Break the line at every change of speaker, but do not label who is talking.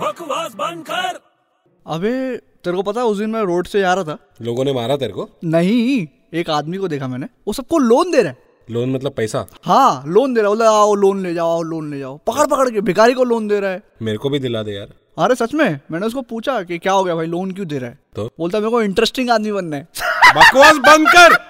बकवास बंद कर
अबे तेरे को पता है, उस दिन मैं रोड से जा रहा था
लोगों ने मारा तेरे को
नहीं एक आदमी को देखा मैंने वो सबको लोन दे रहा है
लोन मतलब पैसा
हाँ लोन दे रहा है बोला आओ लोन ले जाओ आओ लोन ले जाओ पकड़ पकड़ के भिखारी को लोन दे रहा है
मेरे को भी दिला दे यार
अरे सच में मैंने उसको पूछा कि क्या हो गया भाई लोन क्यों दे रहा है
तो
बोलता मेरे को इंटरेस्टिंग आदमी बनना है
बकवास बंद कर